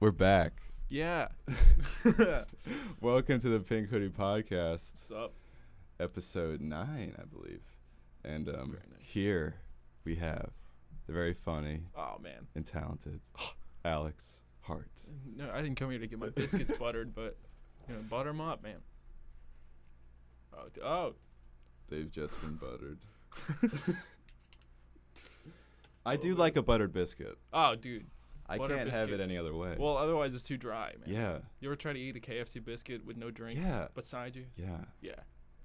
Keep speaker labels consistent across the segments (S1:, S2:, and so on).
S1: We're back.
S2: Yeah.
S1: Welcome to the Pink Hoodie Podcast,
S2: What's up?
S1: episode nine, I believe. And um,
S2: Very nice.
S1: here we have the very funny
S2: Oh man.
S1: and talented Alex Hart.
S2: No, I didn't come here to get my biscuits buttered, but you know, butter 'em up, man. Oh, d- oh,
S1: They've just been buttered. I do like a buttered biscuit.
S2: oh, dude.
S1: I
S2: Butter
S1: can't have it
S2: biscuit.
S1: any other way.
S2: Well, otherwise it's too dry, man.
S1: yeah,
S2: You ever try to eat a KFC biscuit with no drink
S1: yeah,
S2: beside you?
S1: yeah.
S2: Yeah.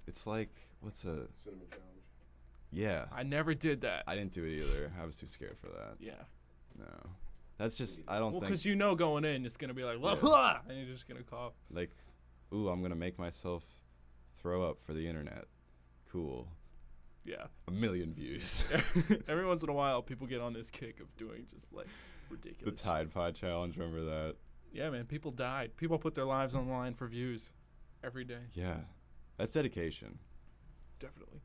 S1: It's like what's a
S3: Cinnamon challenge.
S1: yeah.
S2: I never did that.
S1: I didn't do it either. I was too scared for that.
S2: yeah.
S1: No, that's just I don't
S2: Well,
S1: think
S2: because you know going in, it's gonna be like,
S1: Yeah.
S2: "Wah!" and you're just gonna cough.
S1: like, ooh, I'm gonna make myself throw up for the internet. Cool.
S2: Yeah.
S1: A million views.
S2: Every once in a while, people get on this kick of doing just like
S1: the
S2: ridiculous. shit.
S1: Tide Pod challenge. Remember that?
S2: Yeah, man. People died. People put their lives on the line for views every day.
S1: Yeah, that's dedication.
S2: Definitely.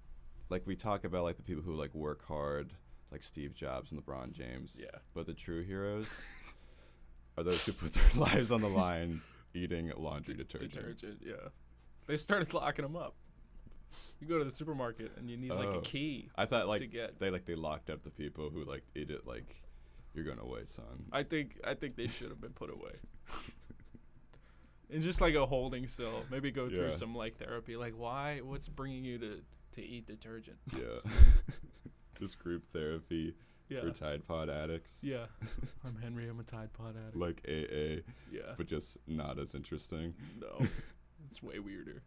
S1: Like we talk about like the people who like work hard, like Steve Jobs and LeBron James.
S2: Yeah.
S1: But the true heroes are those who put their lives on the line eating laundry detergent.
S2: Detergent, yeah. They started locking them up. You go to the supermarket and you need like
S1: Oh.
S2: a key
S1: I thought
S2: to
S1: like
S2: get.
S1: they like they locked up the people who like eat it like you're going away, son.
S2: I think I think they should have been put away. and just like a holding cell, maybe go through
S1: Yeah.
S2: some like therapy. Like, why? What's bringing you to to eat detergent?
S1: yeah. Just group therapy
S2: Yeah,
S1: for Tide Pod addicts.
S2: yeah. I'm Henry. I'm a Tide Pod addict.
S1: Like AA,
S2: yeah.
S1: but just not as interesting.
S2: No, it's way weirder.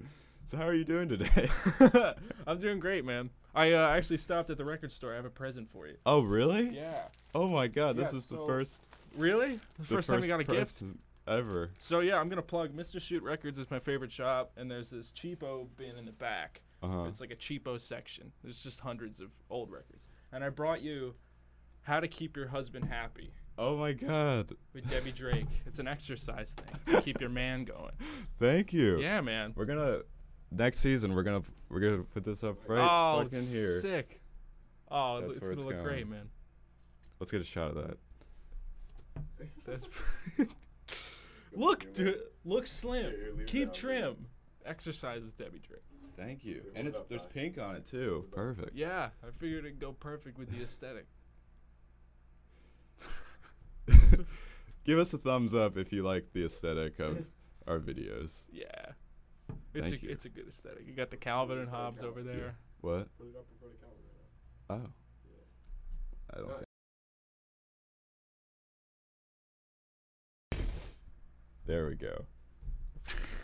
S1: So how are you doing today?
S2: I'm doing great, man. I uh, actually stopped at the record store. I have a present for you.
S1: oh really?
S2: Yeah.
S1: Oh my god, this
S3: Yeah,
S1: is the
S3: so-
S1: first
S2: Really? The,
S1: the
S2: first time we got a gift.
S1: present ever.
S2: So yeah, I'm gonna plug Mr. Shoot Records is my favorite shop, and there's this cheapo bin in the back.
S1: Uh-huh.
S2: It's like a cheapo section. There's just hundreds of old records, and I brought you "How to Keep Your Husband Happy"
S1: Oh my god.
S2: with Debbie Drake. It's an exercise thing to keep your man going.
S1: Thank you.
S2: Yeah, man.
S1: We're gonna next season we're gonna we're gonna put this up right
S2: oh,
S1: fucking here.
S2: sick. Oh, it
S1: That's
S2: lo- it's
S1: where
S2: gonna
S1: it's
S2: look great,
S1: going.
S2: man.
S1: Let's get a shot of that.
S2: That's. pr- look, dude. Look slim.
S3: Here, here, leave it
S2: Keep
S3: out.
S2: trim. Exercise with Debbie Drake.
S1: Thank you.
S3: It
S1: And
S3: was
S1: it's there's
S3: outside.
S1: pink on it too. Perfect.
S2: Yeah, I figured it'd go perfect with the aesthetic.
S1: Give us a thumbs up if you like the aesthetic of our videos.
S2: Yeah. It's
S1: Thank
S2: a
S1: you.
S2: it's a good aesthetic. You got the Calvin and Hobbes over there.
S1: What?
S3: Put it up in front of Calvin right now.
S1: Oh. I don't
S3: Uh,
S1: think. There we go.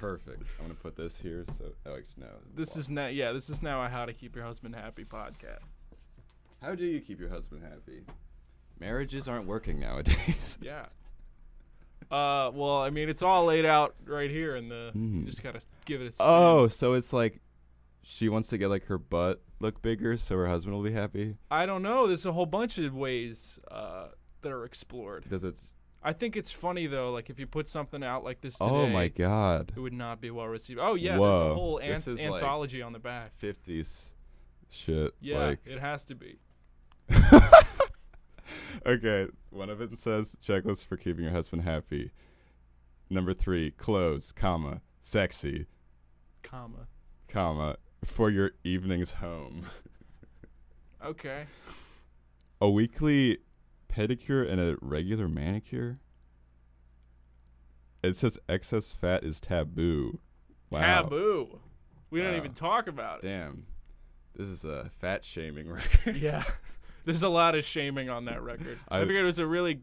S1: Perfect. I'm gonna put this here. So, oh, it's- no.
S2: This
S1: Wow.
S2: is now yeah, this is now a how to keep your husband happy podcast.
S1: How do you keep your husband happy? Marriages aren't working nowadays.
S2: Yeah. Uh well, I mean it's all laid out right here in the you
S1: Mhm.
S2: just got to give it a spin.
S1: Oh, so it's like she wants to get like her butt look bigger so her husband will be happy.
S2: I don't know. There's a whole bunch of ways uh that are explored.
S1: Does it?
S2: I think it's funny though like if you put something out like this today
S1: Oh my god.
S2: it would not be well received. Oh yeah, there's
S1: Whoa.
S2: a whole
S1: This
S2: anth-
S1: is like-
S2: anthology on the back.
S1: 50s shit.
S2: Yeah,
S1: like-
S2: it has to be.
S1: okay, one of it says checklist for keeping your husband happy. Number three, clothes, comma, sexy,
S2: Comma.
S1: comma, for your evening's home.
S2: Okay.
S1: A weekly pedicure and a regular manicure. It says excess fat is taboo. Wow.
S2: Taboo. We don't
S1: Wow.
S2: even talk about it.
S1: Damn. This is a fat shaming record.
S2: Yeah. There's a lot of shaming on that record. I,
S1: I-
S2: figured it was a really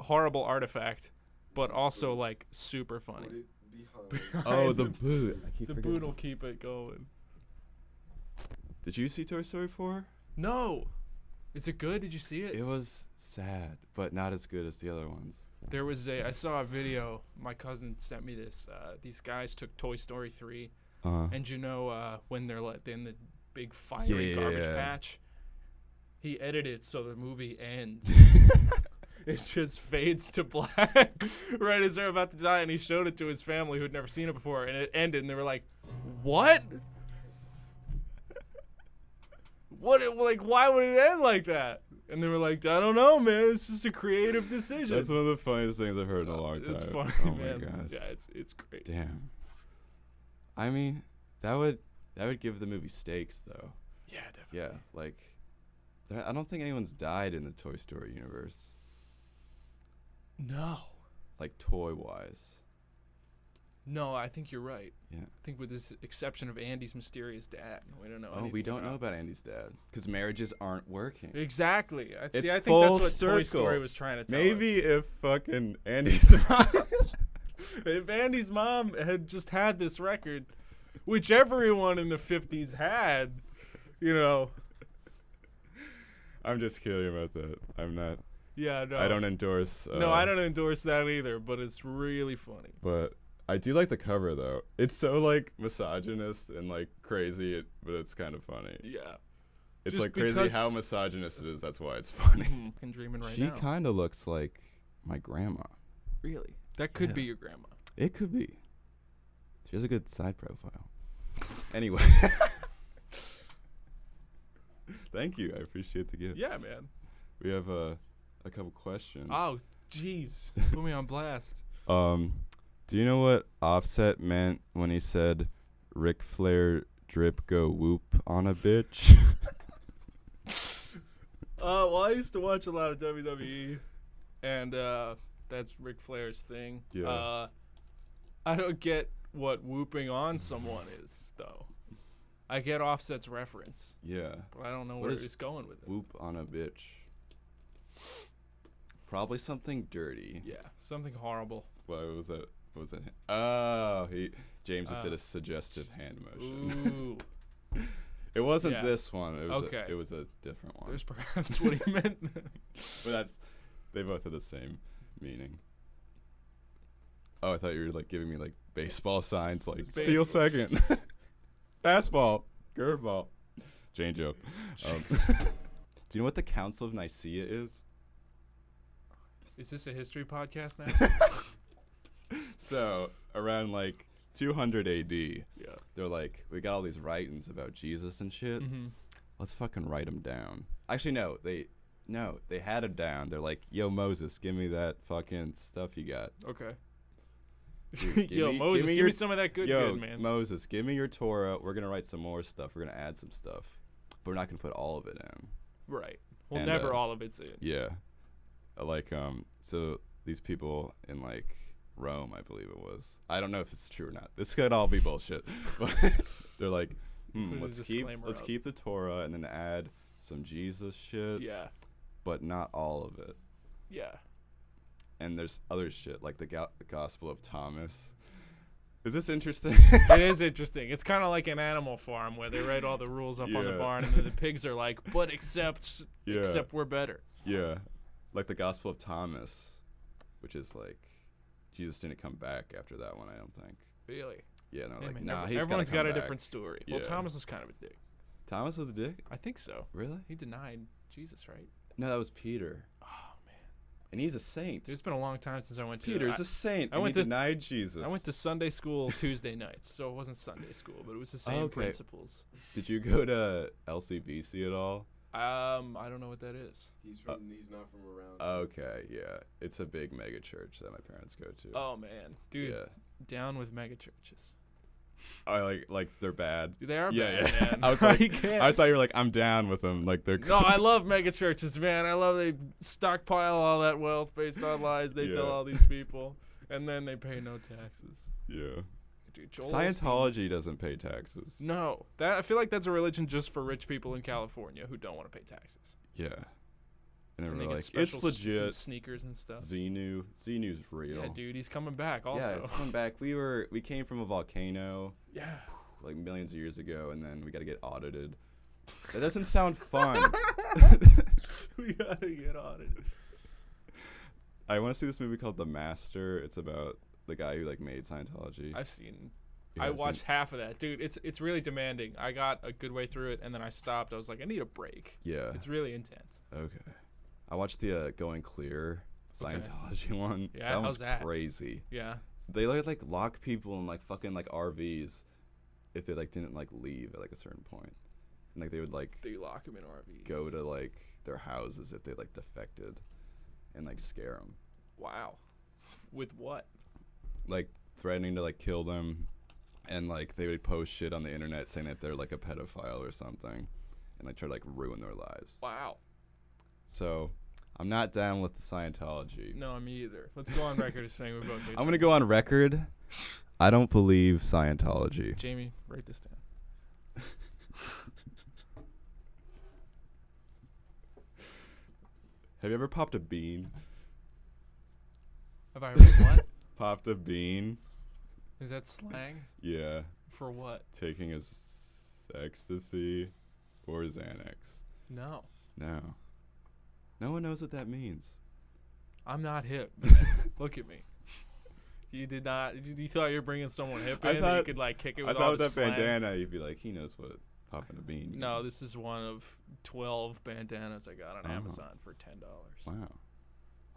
S2: horrible artifact, but also like super funny.
S3: Put it behind.
S1: oh, the boot. I keep
S2: The
S1: forgetting.
S2: boot will keep it going.
S1: Did you see Toy Story 4?
S2: No. Is it good? Did you see it?
S1: It was sad, but not as good as the other ones.
S2: There was a I saw a video. My cousin sent me this. Uh, these guys took Toy Story 3
S1: Uh,
S2: and you know uh, when they're like in the big fiery
S1: Yeah,
S2: garbage
S1: yeah.
S2: patch. He edited it so the movie ends. it just fades to black right as they're about to die and he showed it to his family who'd never seen it before and it ended and they were like what what it- like why would it end like that And they were like, I don't know, man. It's just a creative decision.
S1: That's one of the funniest things I've heard in a long time.
S2: Uh, It's funny,
S1: oh
S2: man.
S1: my god.
S2: Yeah, it's it's great.
S1: Damn. I mean, that would that would give the movie stakes though.
S2: Yeah, definitely.
S1: Yeah, like there- I don't think anyone's died in the Toy Story universe,
S2: No.
S1: like toy wise.
S2: No, I think you're right.
S1: Yeah.
S2: I think with this exception of Andy's mysterious dad, we don't know.
S1: Oh, we
S2: anything
S1: don't know
S2: about-
S1: about Andy's dad because marriages aren't working.
S2: Exactly. I see.
S1: It's
S2: I think
S1: full
S2: that's what Toy Story
S1: circle.
S2: was trying to tell
S1: Maybe
S2: us.
S1: if fucking Andy's
S2: if Andy's mom had just had this record, which everyone in the '50s had, you know.
S1: I'm just kidding about that. I'm not.
S2: Yeah. No.
S1: I don't endorse. Uh,
S2: no, I don't endorse that either. But it's really funny.
S1: But I do like the cover though. It's so like misogynist and like crazy, it, but it's kind of funny.
S2: Yeah.
S1: It's
S2: Just
S1: like crazy
S2: because-
S1: how misogynist it is. That's why it's funny.
S2: Hmm, I'm dreaming right
S1: she
S2: now.
S1: kind of looks like my grandma.
S2: really. That could
S1: Yeah.
S2: be your grandma.
S1: It could be. She has a good side profile. anyway. Thank you. I appreciate the gift.
S2: Yeah, man.
S1: We have uh, a couple questions.
S2: Oh, jeez. Put me on blast.
S1: Um, do you know what Offset meant when he said Ric Flair drip go whoop on a bitch?
S2: Uh, well, I used to watch a lot of WWE, and uh, that's Ric Flair's thing.
S1: Yeah.
S2: Uh, I don't get what whooping on someone is, though. I get Offset's reference,
S1: yeah.
S2: but I don't know
S1: What
S2: where
S1: is
S2: he's going with it.
S1: Whoop on a bitch. Probably something dirty.
S2: Yeah, something horrible.
S1: What was that? What was that? Oh, he James just did
S2: Uh,
S1: a suggestive hand motion.
S2: Ooh,
S1: it wasn't
S2: yeah.
S1: this one. It was
S2: Okay.
S1: a, it was a different one.
S2: there's perhaps what he meant. then.
S1: but that's they both have the same meaning. Oh, I thought you were like giving me like baseball signs, like
S2: It's
S1: steal
S2: baseball.
S1: second, fastball, curveball, change up. Um, do you know what the Council of Nicaea is?
S2: Is this a history podcast now?
S1: So around like 200 AD,
S2: yeah.
S1: they're like, we got all these writings about Jesus and shit.
S2: Mm-hmm.
S1: Let's fucking write them down. Actually, no, they no, they had them down. They're like, yo, Moses, give me that fucking stuff you got.
S2: Okay.
S1: Dude, give
S2: Yo,
S1: me- give
S2: Moses,
S1: me
S2: give me,
S1: your-
S2: some of that good,
S1: Yo,
S2: good, man.
S1: Moses, give me your Torah. We're gonna write some more stuff. We're gonna add some stuff, but we're not gonna put all of it in.
S2: right. Well,
S1: and,
S2: never
S1: uh,
S2: all of it's in.
S1: Yeah, Uh, like um, so these people in like Rome, I believe it was. I don't know if it's true or not. This could all be bullshit. But they're like, hmm,
S2: Put a
S1: let's keep
S2: disclaimer
S1: let's
S2: up.
S1: keep the Torah and then add some Jesus shit,
S2: Yeah.
S1: but not all of it.
S2: Yeah.
S1: And there's other shit like the, go- the Gospel of Thomas. Is this interesting?
S2: it is interesting. It's kind of like an animal farm where they write all the rules up on the
S1: Yeah.
S2: barn, and then the pigs are like, "But except,
S1: Yeah.
S2: except we're better."
S1: Yeah. Like the Gospel of Thomas, which is like Jesus didn't come back after that one, I don't think.
S2: Really?
S1: Yeah, no,
S2: Hey,
S1: like
S2: man,
S1: nah,
S2: every-
S1: he's gotta
S2: everyone's
S1: come
S2: got a
S1: back.
S2: different story. Well,
S1: Yeah.
S2: Thomas was kind of a dick.
S1: Thomas was a dick?
S2: I think so.
S1: Really?
S2: He denied Jesus, right?
S1: No, that was Peter.
S2: Oh man,
S1: And he's a saint.
S2: it's been a long time since I went to.
S1: Peter's
S2: I,
S1: a saint.
S2: I
S1: and
S2: went
S1: he
S2: to-
S1: denied Jesus.
S2: I went to Sunday school Tuesday nights, so it wasn't Sunday school, but it was the same
S1: Okay.
S2: principles.
S1: Did you go to LCBC at all?
S2: Um, I don't know what that is.
S3: He's from. he's not from around.
S1: Uh, Okay, yeah. It's a big mega church that my parents go to.
S2: Oh man, dude,
S1: Yeah.
S2: down with mega churches.
S1: I like like they're bad.
S2: They are
S1: yeah,
S2: bad,
S1: yeah.
S2: man.
S1: I was like,
S2: You can't-
S1: I thought you were like, I'm down with them. Like they're
S2: No, I love mega churches, man. I love they stockpile all that wealth based on lies they tell
S1: Yeah.
S2: all these people, and then they pay no taxes.
S1: yeah.
S2: Dude, Joel
S1: Scientology
S2: Osteen's-
S1: doesn't pay taxes.
S2: No, that I feel like that's a religion just for rich people in California who don't want to pay taxes.
S1: Yeah. And they
S2: and
S1: were
S2: they
S1: like,
S2: get special
S1: it's
S2: s-
S1: legit.
S2: sneakers and stuff.
S1: Xenu. Xenu's real.
S2: Yeah, dude, he's coming back also.
S1: Yeah, it's coming back. We were we came from a volcano
S2: Yeah,
S1: like millions of years ago and then we gotta get audited. That doesn't sound fun.
S2: we gotta get on it.
S1: I wanna see this movie called The Master. It's about the guy who like made Scientology.
S2: I've seen.
S1: You
S2: I
S1: haven't seen-
S2: watched half of that, dude. It's it's really demanding. I got a good way through it, and then I stopped. I was like, I need a break.
S1: Yeah.
S2: It's really intense.
S1: Okay. I watched the uh, Going Clear Scientology one.
S2: Yeah,
S1: that
S2: how's
S1: one's
S2: that?
S1: crazy.
S2: Yeah.
S1: They like like lock people in like fucking like RVs if they like didn't like leave at like a certain point. And and like they would like
S2: They lock him in RVs.
S1: go to like their houses if they like defected, and like scare them,
S2: Wow. With what?
S1: like threatening to like kill them, and like they would post shit on the internet saying that they're like a pedophile or something, and like try to like ruin their lives.
S2: Wow.
S1: So, I'm not down with the Scientology.
S2: No, I'm either. Let's go on record as saying we both hate
S1: I'm gonna go on record. I don't believe Scientology.
S2: Scientology. Jamie, write this down.
S1: Have you ever popped a bean?
S2: Have I heard what?
S1: Popped a bean?
S2: Is that slang
S1: Yeah,
S2: for what?
S1: taking his s- ecstasy or Xanax.
S2: No,
S1: No. No one knows what that means.
S2: I'm not hip. Look at me. You did not. You, you thought you were bringing someone hip
S1: I
S2: in that you
S1: thought-
S2: could like kick it
S1: I
S2: with
S1: thought
S2: all
S1: with
S2: the
S1: that
S2: slang.
S1: bandana, you'd be like, he knows what popping a bean means.
S2: No, this is one of twelve bandanas I got on
S1: Oh.
S2: Amazon for ten dollars.
S1: Wow.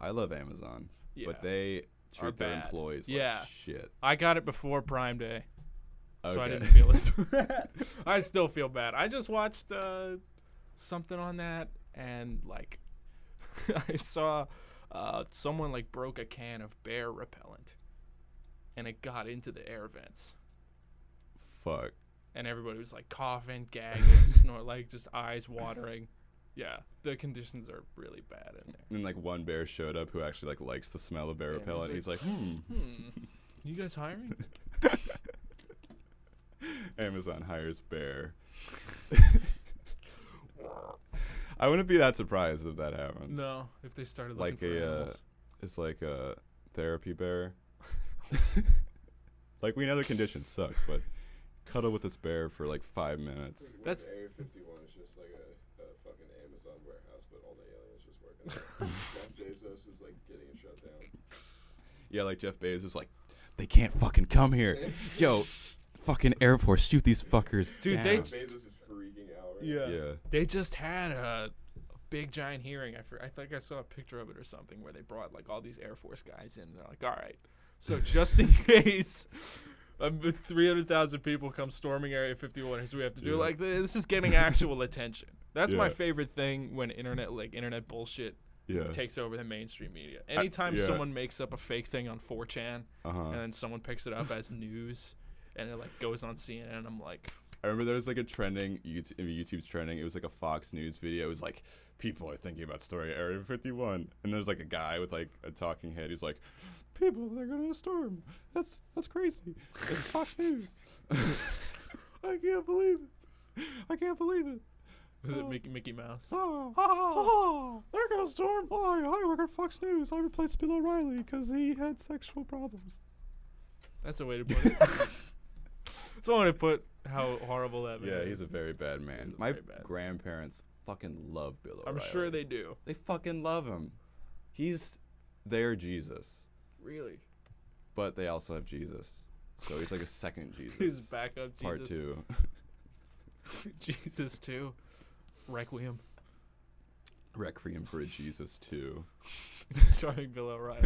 S1: I love Amazon,
S2: Yeah,
S1: but they
S2: Are
S1: treat their
S2: bad.
S1: employees
S2: Yeah.
S1: like shit.
S2: I got it before Prime Day, so I
S1: Okay.
S2: didn't feel as bad. I still feel bad. I just watched uh, something on that, and like, I saw uh, someone like broke a can of bear repellent, and it got into the air vents,
S1: Fuck.
S2: and everybody was like coughing, gagging, snort, like just eyes watering. Yeah, the conditions are really bad in there.
S1: And then like one bear showed up who actually like likes the smell of bear
S2: Yeah, he's
S1: repellent.
S2: like,
S1: He's like, hmm.
S2: Hmm. You guys hiring?
S1: "Hmm." Amazon hires bear. I wouldn't be that surprised if that happened.
S2: No, if they started looking
S1: Like
S2: for
S1: a, uh,
S2: animals.
S1: It's like a therapy bear. like we know the conditions suck, but cuddle with this bear for like five minutes.
S2: That's-
S3: Area 51 is just like a, a fucking Amazon warehouse, but all the aliens just working. there. Jeff Bezos is like getting it shut down.
S1: Yeah, like Jeff Bezos is like, they can't fucking come here. Yo, fucking Air Force, shoot these fuckers.
S2: Dude, they
S1: down."
S2: j-
S3: Bezos is freaking out. Right
S2: Yeah.
S1: yeah.
S2: They just had a, a big giant hearing. I, for, I think I saw a picture of it or something where they brought like all these Air Force guys in. They're like, all right, so just in case um, 300,000 people come storming Area 51, here's what we have to do.
S1: Yeah.
S2: Like, th- this is getting actual attention. That's my
S1: Yeah.
S2: favorite thing when internet, like internet bullshit,
S1: Yeah.
S2: takes over the mainstream media. Anytime
S1: yeah.
S2: someone makes up a fake thing on 4chan
S1: Uh huh.
S2: and then someone picks it up as news and it like goes on CNN, and I'm like,
S1: I remember there was like a trending YouTube, YouTube's trending. It was like a Fox News video. It was like people are thinking about story Area 51, and there's like a guy with like a talking head. He's like, people, they're gonna storm. That's that's crazy. It's Fox News. I can't believe it. I can't believe it.
S2: is it
S1: Oh.
S2: Mickey, Mickey Mouse?
S1: Oh,
S2: Oh.
S1: oh, they're gonna storm. Why? I work at Fox News. I replaced Bill O'Reilly because he had sexual problems.
S2: That's a way to put it. It's a way to put how horrible that man
S1: Yeah,
S2: is.
S1: he's a very bad man.
S2: He's a
S1: My
S2: very bad-
S1: grandparents fucking love Bill O'Reilly.
S2: I'm sure they do.
S1: They fucking love him. He's their Jesus,
S2: Really?
S1: but they also have Jesus. So he's like a second Jesus.
S2: He's back up Jesus.
S1: Part two.
S2: Jesus too. Requiem.
S1: Requiem for a Jesus 2.
S2: Starring Bill O'Reilly.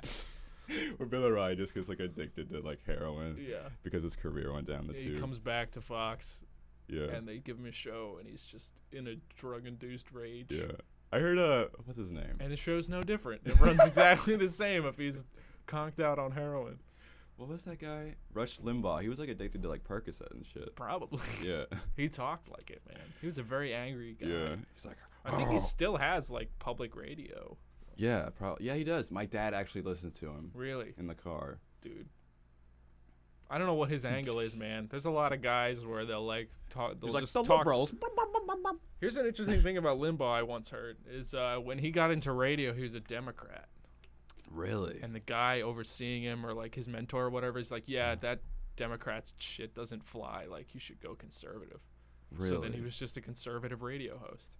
S1: Where Bill O'Reilly just gets like addicted to like heroin
S2: yeah.
S1: because his career went down the
S2: He
S1: tube.
S2: comes back to Fox
S1: yeah.
S2: and they give him a show and he's just in a drug induced rage.
S1: yeah. I heard, uh, what's his name?
S2: And the show's no different. It runs exactly the same if he's conked out on heroin.
S1: What was that guy? Rush Limbaugh. He was like addicted to like Percocet and shit.
S2: Probably.
S1: Yeah.
S2: He talked like it, man. He was a very angry guy.
S1: Yeah. He's like,
S2: I think he
S1: "Oh."
S2: still has like public radio.
S1: Yeah, probably. Yeah, he does. My dad actually listens to him
S2: Really?
S1: in the car.
S2: dude. I don't know what his angle is, man. There's a lot of guys where they'll like talk. They'll
S1: He's like,
S2: just
S1: the
S2: talk.
S1: liberals.
S2: Here's an interesting thing about Limbaugh I once heard is uh, when he got into radio, he was a Democrat,
S1: Really?
S2: and the guy overseeing him or like his mentor or whatever is like, yeah, that Democrat's shit doesn't fly. Like you should go conservative.
S1: Really?
S2: So then he was just a conservative radio host,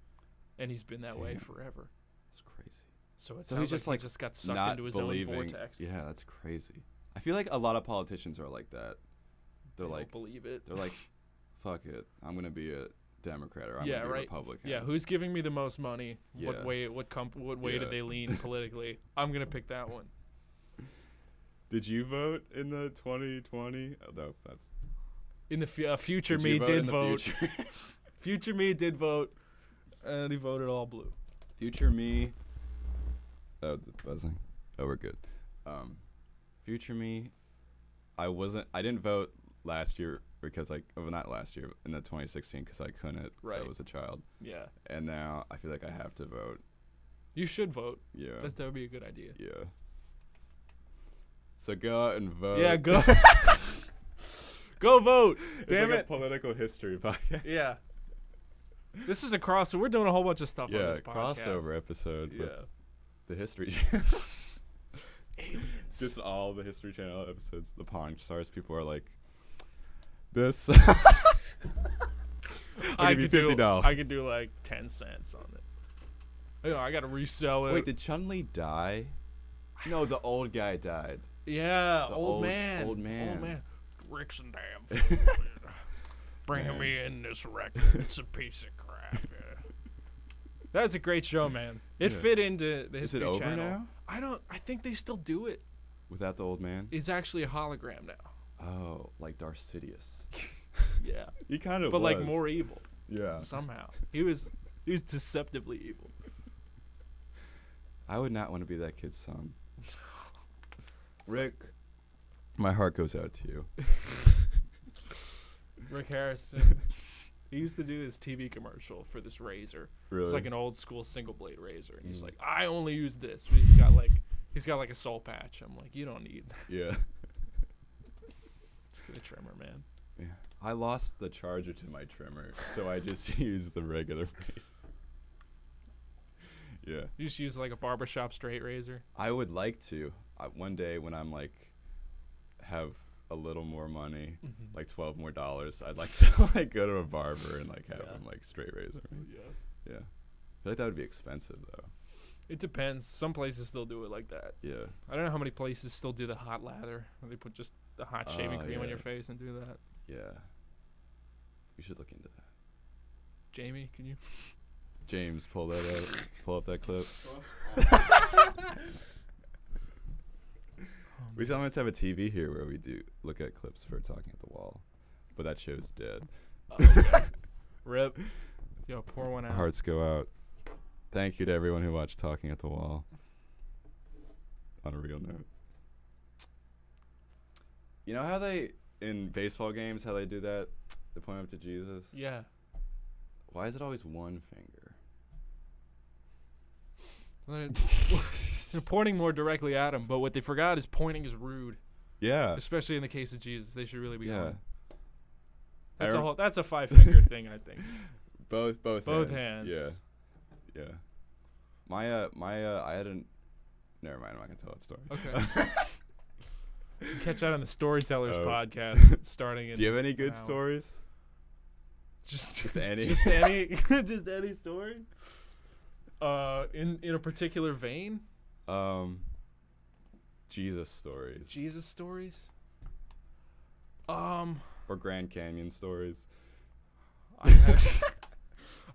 S2: and he's been that way
S1: Damn.
S2: forever.
S1: It's crazy.
S2: So it
S1: So
S2: sounds
S1: he's just,
S2: like,
S1: like,
S2: he just got sucked into his own vortex.
S1: Yeah, that's crazy. I feel like a lot of politicians are like that. They're
S2: I don't
S1: like,
S2: believe it.
S1: they're like, fuck it. I'm gonna be a Democrat or I'm
S2: Yeah,
S1: gonna be
S2: right.
S1: a Republican.
S2: Yeah, who's giving me the most money? What
S1: Yeah.
S2: way? What comp? What way did
S1: Yeah.
S2: they lean politically? I'm gonna pick that one.
S1: Did you vote in the 2020? Oh, no, that's
S2: In the f- uh, future
S1: Did
S2: me
S1: you vote
S2: did
S1: in the
S2: vote.
S1: future?
S2: Future me did vote, and he voted all blue.
S1: Future me. Oh, the buzzing. Oh, we're good. Um, future me. I wasn't. I didn't vote last year because I. Well, not last year in the 2016 because I couldn't. 'cause I
S2: Right.
S1: was a child,
S2: Yeah.
S1: and now I feel like I have to vote.
S2: You should vote.
S1: Yeah.
S2: That's, that would be a good idea.
S1: yeah. So go out and vote.
S2: yeah, go. go vote.
S1: It's
S2: Damn
S1: like A
S2: it.
S1: political history podcast.
S2: yeah. This is a crossover. We're doing a whole bunch of stuff on
S1: Yeah,
S2: this podcast.
S1: crossover episode with
S2: Yeah.
S1: the history.
S2: Aliens.
S1: just all the History Channel episodes, the Pawn Stars. People are like, this.
S2: I
S1: give you
S2: could do.
S1: $50.
S2: I could do like ten cents on this. You know, I gotta resell it.
S1: Wait, did Chun Li die? No, the old guy died.
S2: yeah,
S1: the
S2: old,
S1: old-
S2: man.
S1: old man.
S2: Old man. Rick's and damn. Bringing
S1: Man.
S2: me in this record. It's a piece of crap. Yeah. That was a great show, man. It
S1: Yeah.
S2: fit into the
S1: Is
S2: History
S1: it over
S2: Channel.
S1: now?
S2: I don't. I think they still do it.
S1: Without the old man?
S2: It's actually a hologram now.
S1: Oh, like Darcidius.
S2: Yeah,
S1: He kind of
S2: but like
S1: was.
S2: more evil
S1: Yeah.
S2: somehow. He was he was deceptively evil.
S1: I would not want to be that kid's son. Rick, my heart goes out to you.
S2: Rick Harrison. he used to do his TV commercial for this razor.
S1: Really? Mm.
S2: It's like an old school single blade razor, and he's like, "I only use this." But he's got like he's got like a soul patch. I'm like, you don't need. that.
S1: yeah.
S2: Just get a trimmer, man.
S1: yeah. I lost the charger to my trimmer, so I just used the regular razor. Yeah.
S2: You just use like a barbershop straight razor.
S1: I would like to I, one day when I'm like have a little more money, like twelve more dollars. I'd like to like go to a barber and like have
S2: Yeah.
S1: him like straight razor. me.
S2: Yeah.
S1: Yeah, I feel like that would be expensive though.
S2: It depends. Some places still do it like that.
S1: Yeah,
S2: I don't know how many places still do the hot lather. Where they put just the hot shaving
S1: Oh,
S2: cream on
S1: yeah.
S2: your face and do that.
S1: yeah. We should look into that.
S2: Jamie, can you?
S1: James, pull that up. pull up that clip.
S2: um,
S1: we sometimes have a TV here where we do look at clips for talking at the wall, but that show's dead.
S2: Rip. Yo, pour one out.
S1: Hearts go out. Thank you to everyone who watched Talking at the Wall. On a real note. You know how they in baseball games how they do that? They point up to Jesus?
S2: Yeah.
S1: Why is it always one finger?
S2: They're they're pointing more directly at him, but what they forgot is pointing is rude,
S1: Yeah.
S2: especially in the case of Jesus. They should really be.
S1: Yeah.
S2: going. That's a
S1: Aaron-
S2: whole. That's a five finger thing, I think.
S1: Both both
S2: Both
S1: hands.
S2: hands.
S1: Yeah. Yeah. My uh my uh I hadn't never mind, I'm not gonna tell that story.
S2: Okay. Catch out on the Storytellers
S1: Oh.
S2: podcast starting in
S1: Do you have any good
S2: Wow.
S1: stories?
S2: just
S1: Just any
S2: just any just any story. Uh, in in a particular vein,
S1: um Jesus stories.
S2: Jesus stories. Um,
S1: or Grand Canyon stories.
S2: I, have-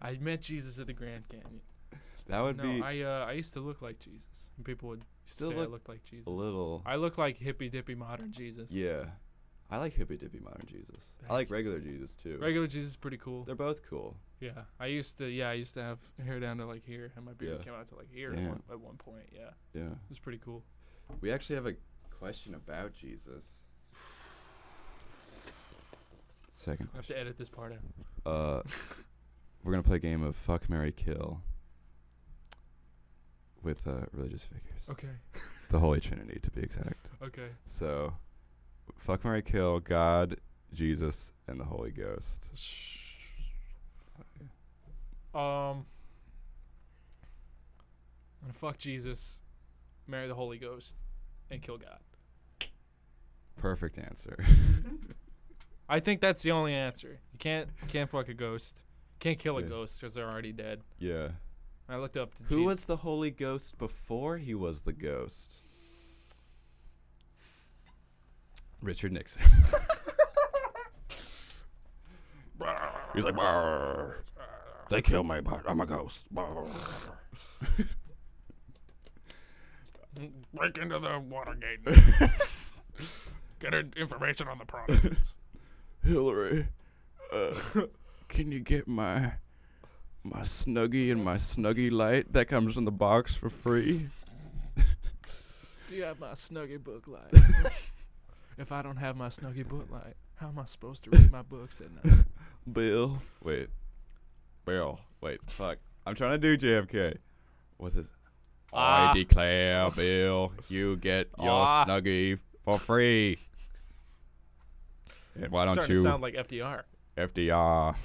S2: I met Jesus at the Grand Canyon.
S1: That would
S2: No,
S1: be
S2: I uh, I used to look like Jesus. And people would
S1: Still
S2: say
S1: look
S2: I looked like Jesus.
S1: a little.
S2: I look like hippy dippy modern Jesus.
S1: yeah, I like hippy dippy modern Jesus. I
S2: Thank
S1: like regular Jesus too.
S2: Regular Jesus is pretty cool.
S1: They're both cool.
S2: Yeah. I used to yeah, I used to have hair down to like here and my beard
S1: Yeah.
S2: came out to like here at
S1: Damn.
S2: one, at one point. Yeah. It
S1: Yeah,
S2: was pretty cool.
S1: we actually have a question about Jesus. Second
S2: I have to edit this part out.
S1: Uh, we're gonna play a game of Fuck Mary Kill with uh, religious figures,
S2: Okay.
S1: the Holy Trinity to be exact.
S2: Okay.
S1: So, Fuck Mary Kill, God, Jesus, and the Holy Ghost.
S2: Um I'm gonna fuck Jesus, marry the Holy Ghost, and kill God.
S1: Perfect answer.
S2: I think that's the only answer. You can't you can't fuck a ghost. Can't kill a
S1: Yeah.
S2: ghost because they're already dead.
S1: yeah.
S2: I looked up to
S1: Who
S2: Jesus.
S1: was the Holy Ghost before he was the ghost? Richard Nixon. He's like, "Brr, they killed me, but I'm a ghost. Brr."
S2: break into the Watergate. and Get in- information on the Protestants.
S1: Hillary. Uh, "Can you get my my snuggie and my snuggie light that comes in the box for free?"
S2: Do you have my Snuggie book light? if I don't have my Snuggie book light, how am I supposed to read my books at night?
S1: Bill. Wait. Bill. Wait. Fuck. I'm trying to do JFK. What's this?
S2: Ah.
S1: I declare, Bill, you get your
S2: Ah.
S1: snuggie for free. And why don't
S2: Starting to
S1: you,
S2: sound like FDR.
S1: FDR?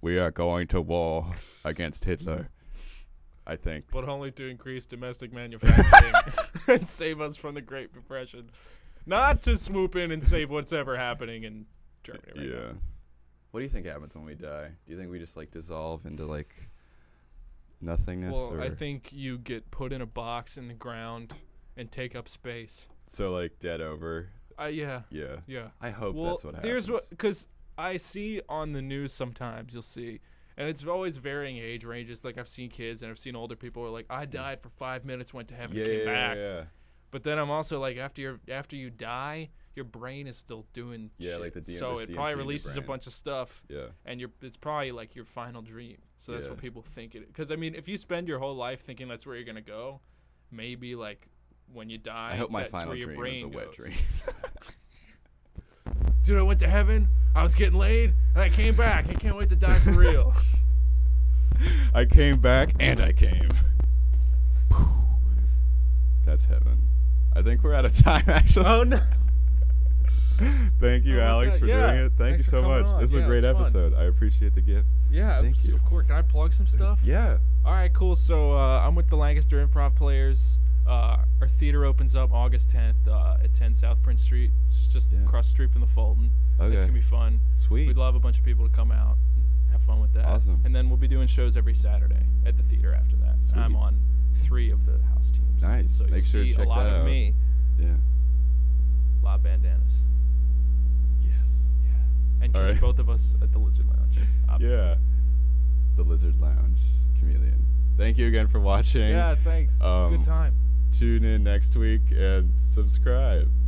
S1: We are going to war against Hitler. I think.
S2: but only to increase domestic manufacturing and save us from the Great Depression. Not to swoop in and save what's ever happening in Germany right now.
S1: Yeah. What do you think happens when we die? Do you think we just like dissolve into like nothingness?
S2: Well,
S1: or?
S2: I think you get put in a box in the ground and take up space.
S1: so. Like dead over.
S2: Uh, yeah,
S1: Yeah.
S2: yeah.
S1: I hope
S2: well,
S1: that's what happens.
S2: here's what because I see on the news sometimes you'll see, and it's always varying age ranges. Like I've seen kids and I've seen older people who are like, I died for five minutes, went to heaven,
S1: Hmm. yeah,
S2: and came
S1: yeah,
S2: back.
S1: yeah,
S2: But then I'm also like, after you after you die, your brain is still doing
S1: Yeah,
S2: shit.
S1: like the DMT
S2: so
S1: in
S2: it
S1: your
S2: probably
S1: brain.
S2: releases a bunch of stuff,
S1: yeah, yeah.
S2: and you're it's probably like your final dream. So that's what
S1: Yeah.
S2: people think it. Because I mean, if you spend your whole life thinking that's where you're gonna go, maybe like when you die,
S1: I hope my
S2: that's
S1: final
S2: where your
S1: dream
S2: brain
S1: is a wet
S2: goes.
S1: dream.
S2: Dude, I went to heaven. I was getting laid, and I came back. I can't wait to die for real.
S1: I came back and I came. That's heaven. I think we're out of time, actually.
S2: oh no!
S1: Thank you,
S2: Oh my
S1: Alex,
S2: God,
S1: for
S2: yeah.
S1: doing it. Thank
S2: Thanks
S1: you
S2: for
S1: so
S2: coming
S1: much.
S2: on.
S1: This is
S2: Yeah,
S1: a
S2: it
S1: great
S2: was fun.
S1: episode. I appreciate the gift.
S2: Yeah,
S1: Thank
S2: of-
S1: you.
S2: of course. Can I plug some stuff?
S1: Yeah.
S2: All right, cool. So uh, I'm with the Lancaster Improv Players. Uh, our theater opens up August 10th uh, at 10 South Prince Street. It's just
S1: Yeah.
S2: across the street from the Fulton. It's
S1: Okay.
S2: gonna be fun.
S1: Sweet.
S2: We'd love a bunch of people to come out and have fun with that.
S1: Awesome.
S2: And then we'll be doing shows every Saturday at the theater after that. And I'm
S1: Sweet.
S2: on three of the house teams.
S1: Nice.
S2: So you'll
S1: Make sure to
S2: see
S1: check
S2: a lot
S1: that
S2: of
S1: out.
S2: me,
S1: yeah.
S2: a lot of bandanas,
S1: Yes.
S2: and
S1: All
S2: catch
S1: right.
S2: both of us at the Lizard Lounge. Obviously.
S1: Yeah. The Lizard Lounge Chameleon. Thank you again for watching.
S2: Yeah. Thanks. It's a
S1: Um,
S2: Good time.
S1: Tune in next week and subscribe.